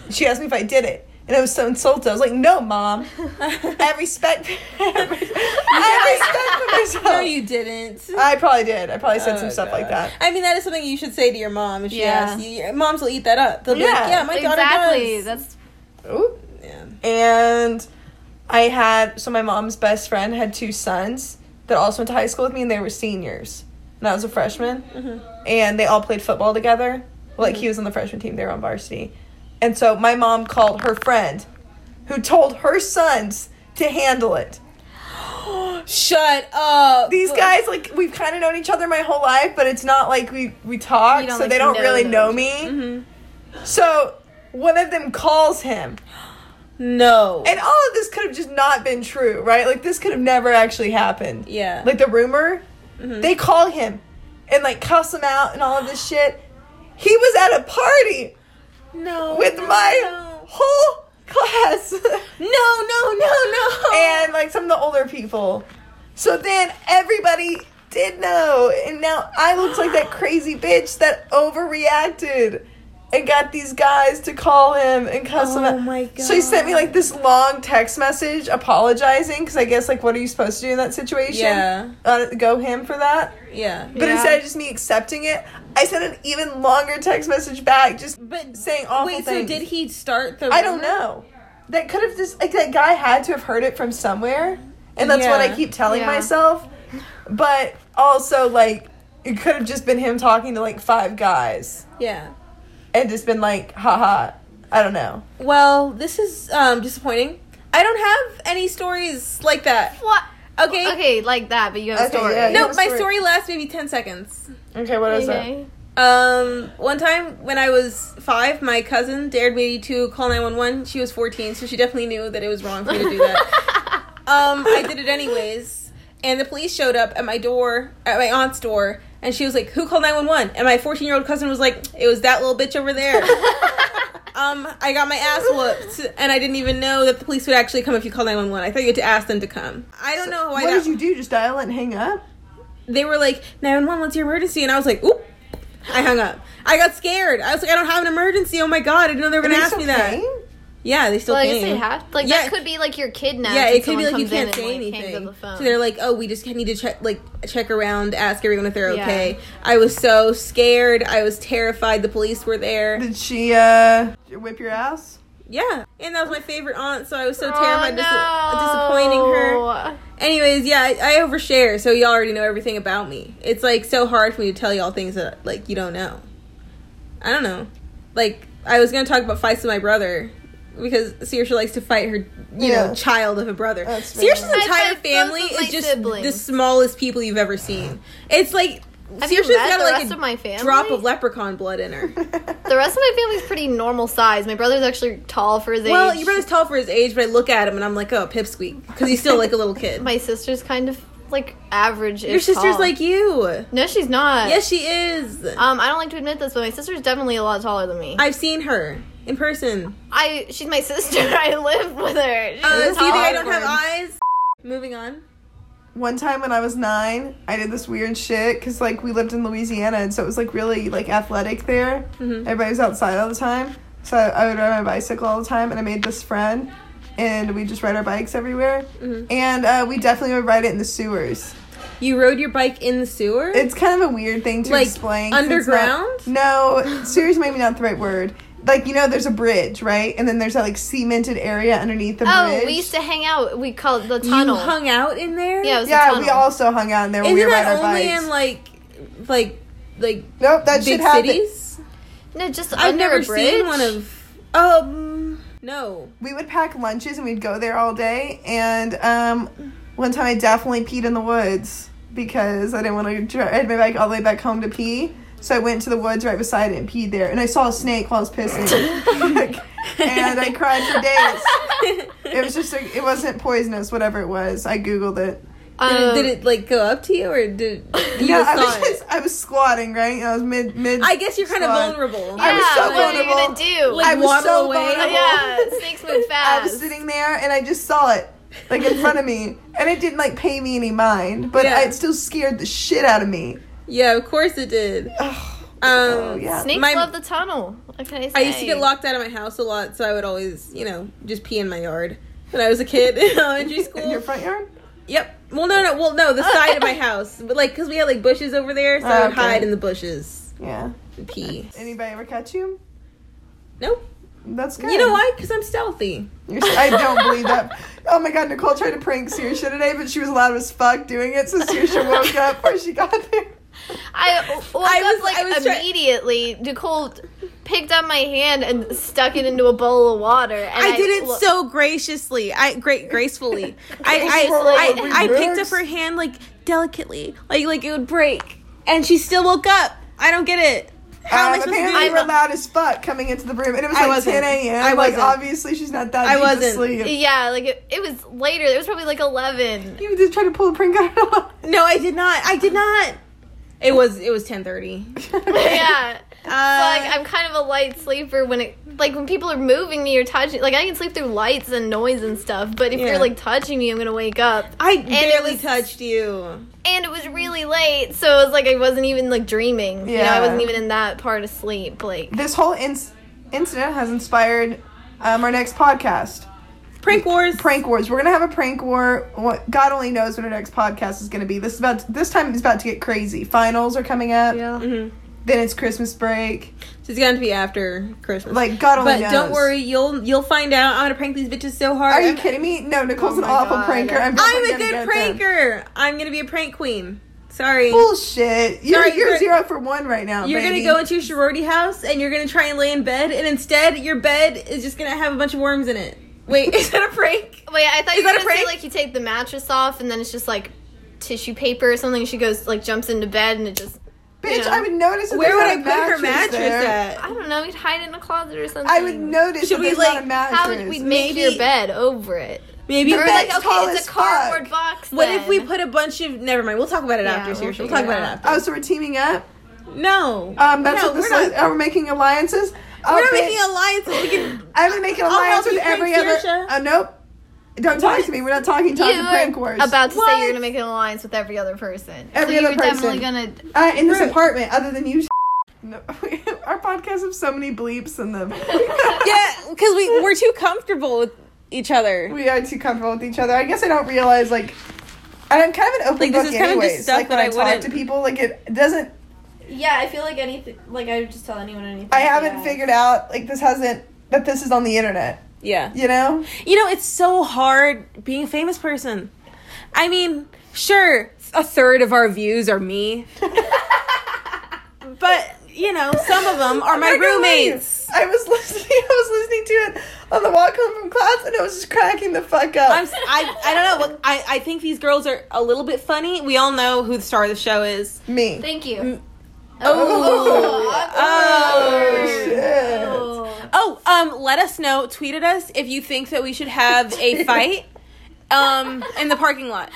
she asked me if I did it. And I was so insulted. I was like, no, Oh. mom. I respect, I respect for myself.
No, you didn't.
I probably did. I probably said some
Oh,
stuff like
God.
that.
I mean, that is something you should say to your mom if she
Yeah.
asks you. Your moms will eat that up. They'll be
Yeah,
like, "Yeah, my daughter
exactly.
does."
That's
Ooh.
Yeah.
And I had, so my mom's best friend had two sons that also went to high school with me, and they were seniors. And I was a freshman.
Mm-hmm.
And they all played football together. Well, like, he was on the freshman team, they were on varsity. And so my mom called her friend, who told her sons to handle it.
Shut up.
These guys, like, we've kind of known each other my whole life, but it's not like we, we talk,
You
so
don't,
they
like,
don't
know Mm-hmm.
really
them.
know me. So one of them calls him.
No.
And all of this could have just not been true, right? Like this could have never actually happened.
Yeah.
Like the rumor, they call him and like cuss him out and all of this shit. He was at a party
no.
with
no,
my
no.
whole class
No, no, no, no.
and like some of the older people. So then everybody did know, and now I looked like that crazy bitch that overreacted and got these guys to call him and cuss him
Oh
out.
my
So he sent me
God.
like this long text message apologizing because I guess like what are you supposed to do in that situation?
Yeah.
Uh, go him for that.
yeah.
But
Yeah.
instead of just me accepting it, I sent an even longer text message back, just
But
saying awful
wait,
things.
so did he start the?
I don't
rumor?
know. That could have just like that guy had to have heard it from somewhere, and that's what
Yeah.
I keep telling
Yeah.
myself. But also, like, it could have just been him talking to like five guys
Yeah.
and just been like, haha. I don't know.
Well, this is um, disappointing. I don't have any stories like that.
what?
Okay.
Okay, like that, but you have a
Okay,
story.
yeah,
No,
have a
my
story.
story lasts maybe ten seconds.
Okay, what is
Okay.
Um, one time when I was five, my cousin dared me to call 911. She was 14, so she definitely knew that it was wrong for me to do that. um, I did it anyways. and the police showed up at my door, at my aunt's door, and she was like, "Who called 911?" And my 14 year old cousin was like, "It was that little bitch over there." um, I got my ass whooped, and I didn't even know that the police would actually come if you called 911. I thought you had to ask them to come. I don't know why.
what
that-
did you do? Just dial and hang up?
they were like, 911, what's your emergency? And I was like, oop. I hung up. I got scared. I was like, I don't have an emergency. Oh my god, I didn't know they were gonna
They
ask
still
me that.
came?
Yeah, they still
Well, I guess
came.
they have. Like
Yeah.
that could be like your kidnapped.
yeah,
and
it could be like
someone
you
comes in
can't
and,
say
like, hangs
anything.
up the phone.
So they're like, oh, we just need to check, like check around, ask everyone if they're
Yeah.
okay. I was so scared. I was terrified. The police were there.
Did she uh whip your ass?
Yeah, and that was my favorite aunt, so I was so
Oh,
terrified, dis- disappointing her.
no.
Anyways, yeah, I, I overshare, so y'all already know everything about me. It's like so hard for me to tell y'all things that like you don't know. I don't know. Like I was gonna talk about fights with my brother because Saoirse likes to fight her, you
Yeah.
know, child of a brother.
That's fair.
Saoirse's
I
entire
fight both
family
of my
is just
siblings.
the smallest people you've ever seen. It's like
Have you
Saoirse's
read
got
the
like
rest
a
of my family?
drop of leprechaun blood in her.
The rest of my family's pretty normal size. My brother's actually tall for his
well,
age.
your brother's tall for his age, but I look at him and I'm like, oh, pipsqueak, because he's still like a little kid.
my sister's kind of like average.
your sister's like you.
no, she's not.
Yes, she is.
Um, I don't like to admit this, but my sister's definitely a lot taller than me. I,
I've seen her in person.
she's my sister. I lived with her. She's
Uh, so you
taller
think I don't have
than-
eyes? Moving on.
One time when I was nine, I did this weird shit because like we lived in Louisiana and so it was like really like athletic there.
Mm-hmm.
Everybody was outside all the time, so I would ride my bicycle all the time, and I made this friend, and we just ride our bikes everywhere,
Mm-hmm.
and uh, we definitely would ride it in the sewers.
You rode your bike in the sewer?
It's kind of a weird thing to
Like,
explain. 'cause it's not-
underground?
no, sewers maybe not the right word. Like you know, there's a bridge, right? And then there's that like cemented area underneath the
Oh,
bridge.
we used to hang out. We called it the
you
tunnel.
hung out in there?
yeah, it was the
yeah,
tunnel.
we also hung out in there. when
Isn't
we ride
that
our
only
bikes.
in like, like, like
nope, that should
big
happen.
cities?
no, just
I've
under
never
a bridge.
seen one of. Um, no.
we would pack lunches and we'd go there all day. And um, one time I definitely peed in the woods because I didn't want to drive my bike all the way back home to pee. So I went to the woods right beside it and peed there. And I saw a snake while I was pissing. and I cried for days. It was just, like, it wasn't poisonous, whatever it was. I Googled it.
Um,
Did, it, did it like go up to you or did you
Yeah, I
just
was,
saw
just,
it?
I was squatting, right? I was mid, mid.
I guess you're kind of
squat.
vulnerable.
I was
yeah,
so
what are you gonna do?
Like,
I was
waddle
so
away.
vulnerable.
yeah, snakes
Uh,
move
I
fast.
was sitting there and I just saw it like in front of me, and it didn't like pay me any mind, but
Yeah.
it still scared the shit out of me.
Yeah, of course it did. Um,
Oh, yeah.
Snakes
My-
love the tunnel. What can I say?
I used to get locked out of my house a lot, so I would always, you know, just pee in my yard when I was a kid in elementary
In your
school.
front yard?
Yep. Well, no, no, well, no, the side of my house, but like, cause we had like bushes over there, so I would
Okay.
hide in the bushes
Yeah.
and pee.
Anybody ever catch you?
Nope.
That's good.
You know why? Cause I'm stealthy.
You're, I don't believe that. Oh my god, Nicole tried to prank Saoirse today, but she was loud as fuck doing it, so Saoirse woke up before she got there.
I woke
I was-
up like
I was try-
immediately. Nicole picked up my hand and stuck it into a bowl of water. And
I did it
lo-
so graciously. I great gracefully.
Gracefully.
I I, I, I picked up
Relax.
her hand like delicately, like like it would break, and she still woke up. I don't get it. How am I
Um,
supposed to do
apparently, you
it?
were loud as fuck coming into the room, and it was
I
like
wasn't.
10 a.m.
I
like,
wasn't.
obviously, she's not that
I
deep
wasn't. E
asleep.
Yeah, like it, it was later. It was probably like eleven.
You just tried to pull a prank out
No, I did not. I did not. It was it was ten thirty.
yeah. So, like
Uh,
I'm kind of a light sleeper when it like when people are moving me or touching like I can sleep through lights and noise and stuff but if
Yeah.
you're like touching me I'm gonna wake up
I
it
barely
was-
touched you.
and it was really late so it was like I wasn't even like dreaming yeah you know, I
Yeah.
wasn't even in that part of sleep like
this whole inc- incident has inspired um, our next podcast
Prank wars.
prank wars we're gonna have a prank war what god only knows what our next podcast is gonna be this is about this time is about to get crazy finals are coming up
Mhm.
then it's christmas break
It's going to be after Christmas.
like oh god only
but
knows
don't worry, you'll you'll find out. I'm gonna prank these bitches so hard.
are you
I'm-
kidding me no nicole's an
Oh my
awful
God.
pranker i'm,
I'm
definitely
a
gonna
good
go with them.
pranker. I'm gonna be a prank queen. Sorry.
bullshit you're,
Sorry,
you're
you're-
zero for one right now
You're
baby.
gonna go into your sorority house and you're gonna try and lay in bed, and instead your bed is just gonna have a bunch of worms in it. Wait, is that a prank?
wait I thought you were
that a
gonna say
prank?
like you take the mattress off and then it's just like tissue paper or something she goes like jumps into bed and it just
bitch
you know.
i would notice if
Where
there's
would
not
I
a
put her mattress
there.
at?
I don't know you'd hide it in a closet or something
i would notice
Should
if
we,
there's
like,
not a mattress
how would we make
Maybe-
your bed over it
Maybe
Or
Bed's
like, okay,
tall
it's
as
a
fuck.
cardboard box six.
What
then.
if we put a bunch of? Never mind. We'll talk about it
Yeah,
after.
we'll
Seriously, we'll,
figure
talk
it
about
out.
it after.
Oh, so we're teaming up.
No.
Um, that's
no,
what this
we're
is.
not.
Are we making alliances? Oh,
we're not
bitch.
making alliances. We can.
I've been making an
I'll
alliance
help
with
you prank
every other.
Saoirse.
Oh, nope. Don't talk
What?
to me. We're not talking. Talk
You
to
were
prank wars.
about to say
What?
you're gonna make an alliance with every other person.
Every
so
other
you're definitely gonna.
uh, in this
Right.
apartment, other than you. No, our podcast have so many bleeps in them.
Yeah, because we we're too comfortable with each other.
we are too comfortable with each other. I guess I don't realize like, and I'm kind of an open
Like, this
book
is kind of just
anyways.
stuff
like
that
when I,
I
talk
wouldn't-
to people, like it doesn't.
Yeah, I feel like anything. Like I would just tell anyone anything.
I haven't figured out like this hasn't that this is on the internet.
Yeah.
You know,
You know, it's so hard being a famous person. I mean, sure, a third of our views are me. but, you know, some of them are my
I know, like,
roommates.
I was listening. I was listening to it on the walk home from class, and it was just cracking the fuck up.
I'm, s- I, I don't know. Look, I, I think these girls are a little bit funny. We all know who the star of the show is.
Me.
Thank you.
Oh.
shit.
Oh, um, let us know. Tweet at us if you think that we should have a fight um, in the parking lot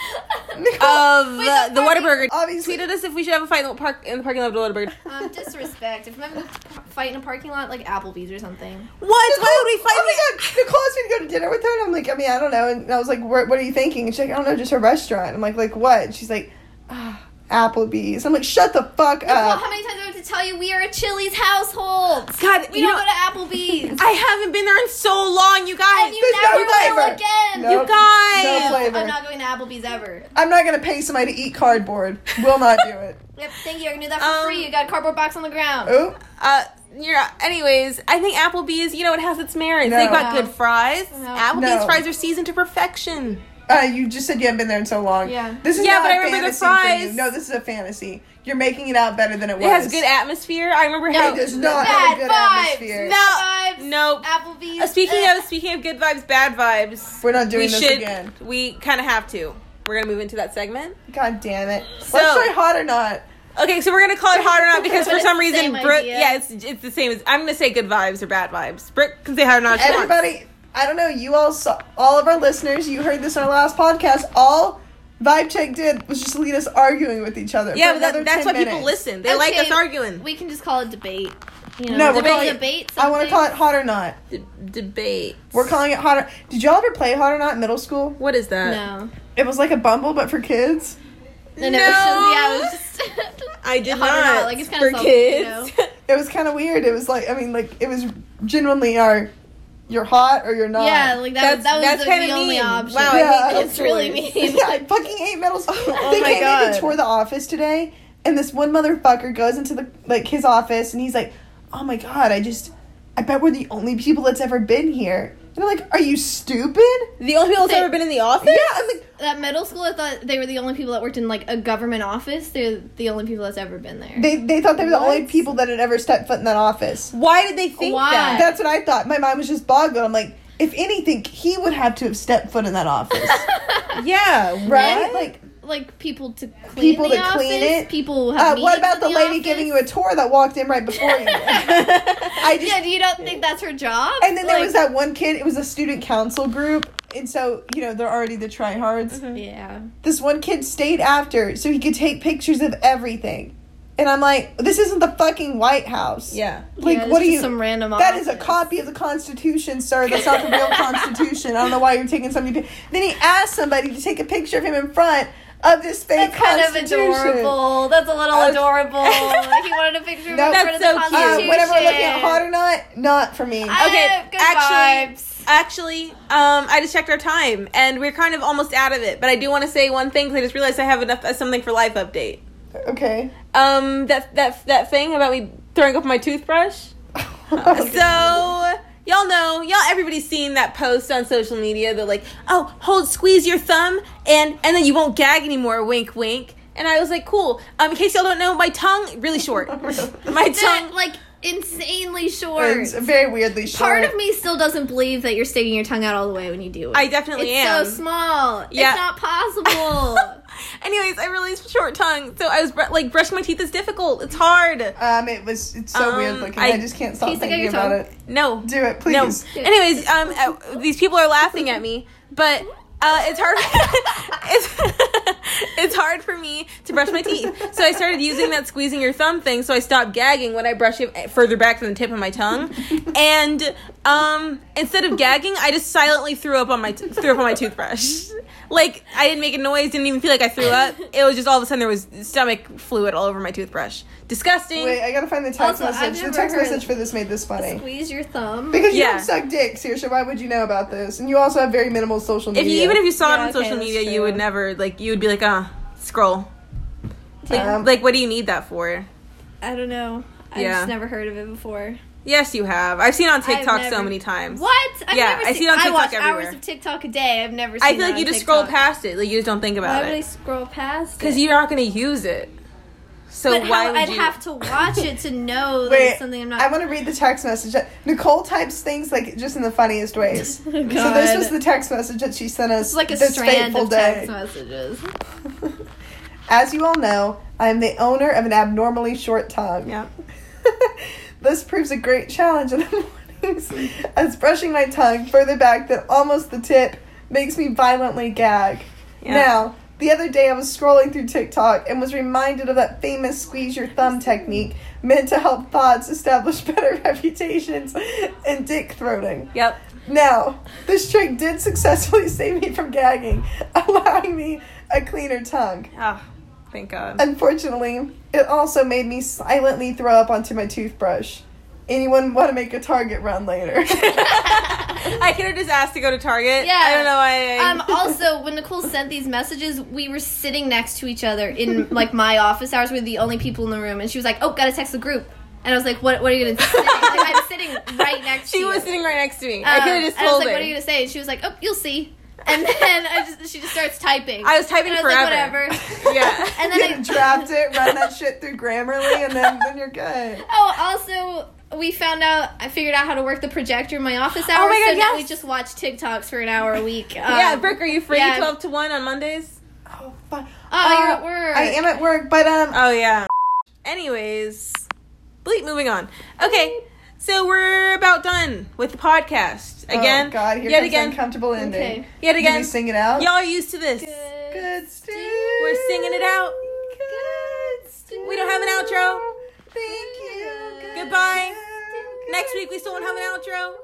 of the, the Whataburger.
Obviously.
Tweet at us if we should have a fight in the, park, in the parking lot of the Whataburger.
Um, disrespect. If I'm having a fight in a parking lot, like Applebee's or something.
What? Why would we fight?
Oh my god, Nicole asked me to go to dinner with her, and I'm like, I mean, I don't know. And I was like, what, what are you thinking? And she's like, I don't know, just a restaurant. I'm like, like what? And she's like, ah, Applebee's. I'm like, shut the fuck
well,
up.
how many times do I have to tell you we are a Chili's household?
God,
We
you
don't
know-
go to Applebee's.
I haven't been there in so long, you guys.
and you
There's no
never will
flavor.
again.
No.
you guys.
No flavor.
I'm not going to Applebee's ever.
I'm not gonna pay somebody to eat cardboard. Will not do it.
Yep, thank you. I can do that for
Um,
free. You got a cardboard box on the ground.
Oh,
uh, you're, anyways, I think Applebee's, you know, it has its merits.
No.
They've got
No.
good fries.
No.
Applebee's
No.
fries are seasoned to perfection.
uh, you just said you haven't been there in so long.
Yeah.
This is
Yeah,
not
but
a
I remember the
fantasy For
fries.
you. No, this is a fantasy. You're making it out better than it was.
It has good atmosphere. I remember
No,
how.
It does not have
Bad
a good
vibes.
atmosphere.
No.
Bad vibes.
No.
Applebee's.
Uh, speaking
eh.
of speaking of good vibes, bad vibes.
We're not doing
we
this
should,
again.
We kind of have to. We're gonna move into that segment.
God damn it.
So-
Let's try hot or not.
Okay, so we're gonna call it hot or not because
But
for
it's
some
the
reason,
same
Brooke.
idea.
Yeah, it's, it's the same as I'm gonna say good vibes or bad vibes. Brooke can say hot or not. if she wants.
Everybody, I don't know. You all saw all of our listeners. You heard this in our last podcast. All Vibe Check did was just lead us arguing with each other.
Yeah, but
for
that,
another
that's
10
why people
minutes.
listen. They like
Okay,
us arguing.
We can just call it debate. You know,
No, we're
debate,
calling it-
debate.
I want to call it hot or not.
D- debate.
We're calling it hot. Or, did y'all ever play hot or not in middle school?
What is that?
No.
It was like a Bumble, but for kids.
No,
No.
no. It was just, yeah, it was just.
I did
Hot or
not.
not, like, it's kinda
for
self-
kids.
It was kind of weird. It was like I mean, like it was genuinely our you're hot or you're not.
yeah, like that,
That's-
that was
that's
the,
kinda
the only
mean.
option.
Wow, I hate
Yeah,
those
it's really
words.
mean.
yeah, I fucking hate middle school. they
Oh my
came in
God.
and tore the office today, and this one motherfucker goes into the like his office, and he's like, "Oh my god, I just, I bet we're the only people that's ever been here." And I'm like, "Are you stupid?"
The only people that's
They-
ever been in the office?
Yeah, I'm like,
That middle school, I thought they were the only people that worked in like a government office. They're the only people that's ever been there.
they they thought they were the only
What?
people that had ever stepped foot in that office.
Why did they think
Why?
that?
That's what I thought. My mind was just boggled. I'm like, if anything, he would have to have stepped foot in that office,
Yeah,
right?
right?
Like,
like people to clean
People
the
to
office,
clean it?
People. who
uh,
Have
what about the, lady giving you a tour that walked in right before you? I just
yeah, do you not think that's her job?
And then there
Like,
was that one kid, it was a student council group. And so, you know, they're already the tryhards.
Yeah.
This one kid stayed after so he could take pictures of everything. And I'm like, this isn't the fucking White House.
yeah.
Like,
Yeah,
what
it's
are
just
you.
Some random.
that is a
office.
copy of the Constitution, sir. That's not the real Constitution. I don't know why you're taking somebody to. Then he asked somebody to take a picture of him in front of this fake
That's kind of
Constitution.
adorable. That's a little
I was-
adorable. like he wanted a picture of
No,
in front of the
Uh, that's so cute.
Uh,
Constitution.
whenever we're looking at hot or not, not for me.
I-
Okay,
Eh, good
actually,
vibes.
actually, um, I just checked our time, and we're kind of almost out of it. But I do want to say one thing 'cause I just realized I have enough uh, something for life update.
okay.
Um, that that that thing about me throwing up my toothbrush. So y'all know, y'all everybody's seen that post on social media. They're like, "Oh, hold, squeeze your thumb, and and then you won't gag anymore." Wink, wink. And I was like, "Cool." Um, in case y'all don't know, my tongue really short. my
That,
tongue.
like insanely short.
It's very weirdly short.
Part of me still doesn't believe that you're sticking your tongue out all the way when you do it.
I definitely
it's
am.
so small.
Yeah.
It's not possible.
Anyways, I really have a short tongue, so I was br- like brushing my teeth is difficult. It's hard.
Um, it was it's so
Um,
weird looking.
I-
I, just can't stop
Can you stick out
thinking
your
about
tongue?
it.
No,
Do it,
no.
please.
Anyways, um, uh, these people are laughing at me, but uh, it's hard. it's brush my teeth. So I started using that squeezing your thumb thing, so I stopped gagging when I brushed it further back than the tip of my tongue. And um, instead of gagging, I just silently threw up on my t- threw up on my toothbrush. Like I didn't make a noise, didn't even feel like I threw up. It was just all of a sudden there was stomach fluid all over my toothbrush. Disgusting.
Wait, I gotta find the text
Also, I've
message. The
never
text
heard-
message for this made this funny.
Squeeze your thumb.
Because you
Yeah.
don't suck dick, seriously. Why would you know about this? And you also have very minimal social
If
media.
you, even if you saw
Yeah,
it on
okay,
social
that's
media, you
true.
would never like. You would be like, ah, scroll. Like,
Um,
like, what do you need that for?
I don't know. I've
Yeah.
just never heard of it before.
Yes, you have. I've seen it on TikTok so
never-
many times.
What? I've
Yeah,
never
I
seen,
see it on TikTok
I watch
everywhere.
hours of TikTok a day. I've never seen
I feel
it
like
on
you just
TikTok.
scroll past it. Like you just don't think
Why
about
would I
it
scroll past
because
it?
you're not going to use it. So why
But how,
would
I'd
you?
have to watch it to know that
Wait,
it's something I'm not.
I want to read the text message. Nicole types things like just in the funniest ways.
Oh,
So
God.
this was the text message that she sent us
It's like a
this
strand
fateful
of
day.
text messages.
As you all know, I am the owner of an abnormally short tongue.
Yeah.
this proves a great challenge in the mornings, as brushing my tongue further back than almost the tip makes me violently gag.
Yeah.
Now, the other day I was scrolling through TikTok and was reminded of that famous squeeze your thumb technique meant to help thoughts establish better reputations in dick throating.
Yep.
Now, this trick did successfully save me from gagging, allowing me a cleaner tongue.
Ah, thank God.
Unfortunately, it also made me silently throw up onto my toothbrush. Anyone want to make a Target run later?
I could have just asked to go to Target.
Yeah.
I don't know why. I,
Um, also, when Nicole sent these messages, we were sitting next to each other in like my office hours. We were the only people in the room, and she was like, "Oh, gotta text the group." And I was like, "What? What are you gonna?" Say? Like, I'm sitting right next to
she
you.
was sitting right next to me.
Um,
I could have just
and I was
told
like,
her.
"What are you gonna say?" And she was like, "Oh, you'll see." And then I just, she just starts typing.
I was typing
and I was like,
forever.
"Whatever."
yeah.
And then I
Then draft it, run that shit through Grammarly, and then, then you're good.
Oh, also, we found out, I figured out how to work the projector in my office hours.
Oh my God,
so now
yes.
we just watch TikToks for an hour a week. Um,
yeah, Brooke, are you free
yeah.
twelve to one on Mondays?
Oh, fuck.
Oh, you're
Uh,
at work.
I am at work, but um,
Oh yeah. Anyways, bleep. Moving on. Okay, so we're about done with the podcast again.
Oh God, here
yet
comes
again,
the uncomfortable ending.
Okay.
yet
Did we
again.
sing it out?
Y'all are used to this.
Good Steve.
We're singing it out.
Good Steve.
We don't have an outro.
Thank you. Good
Goodbye.
Steve.
Next week we still won't have an outro.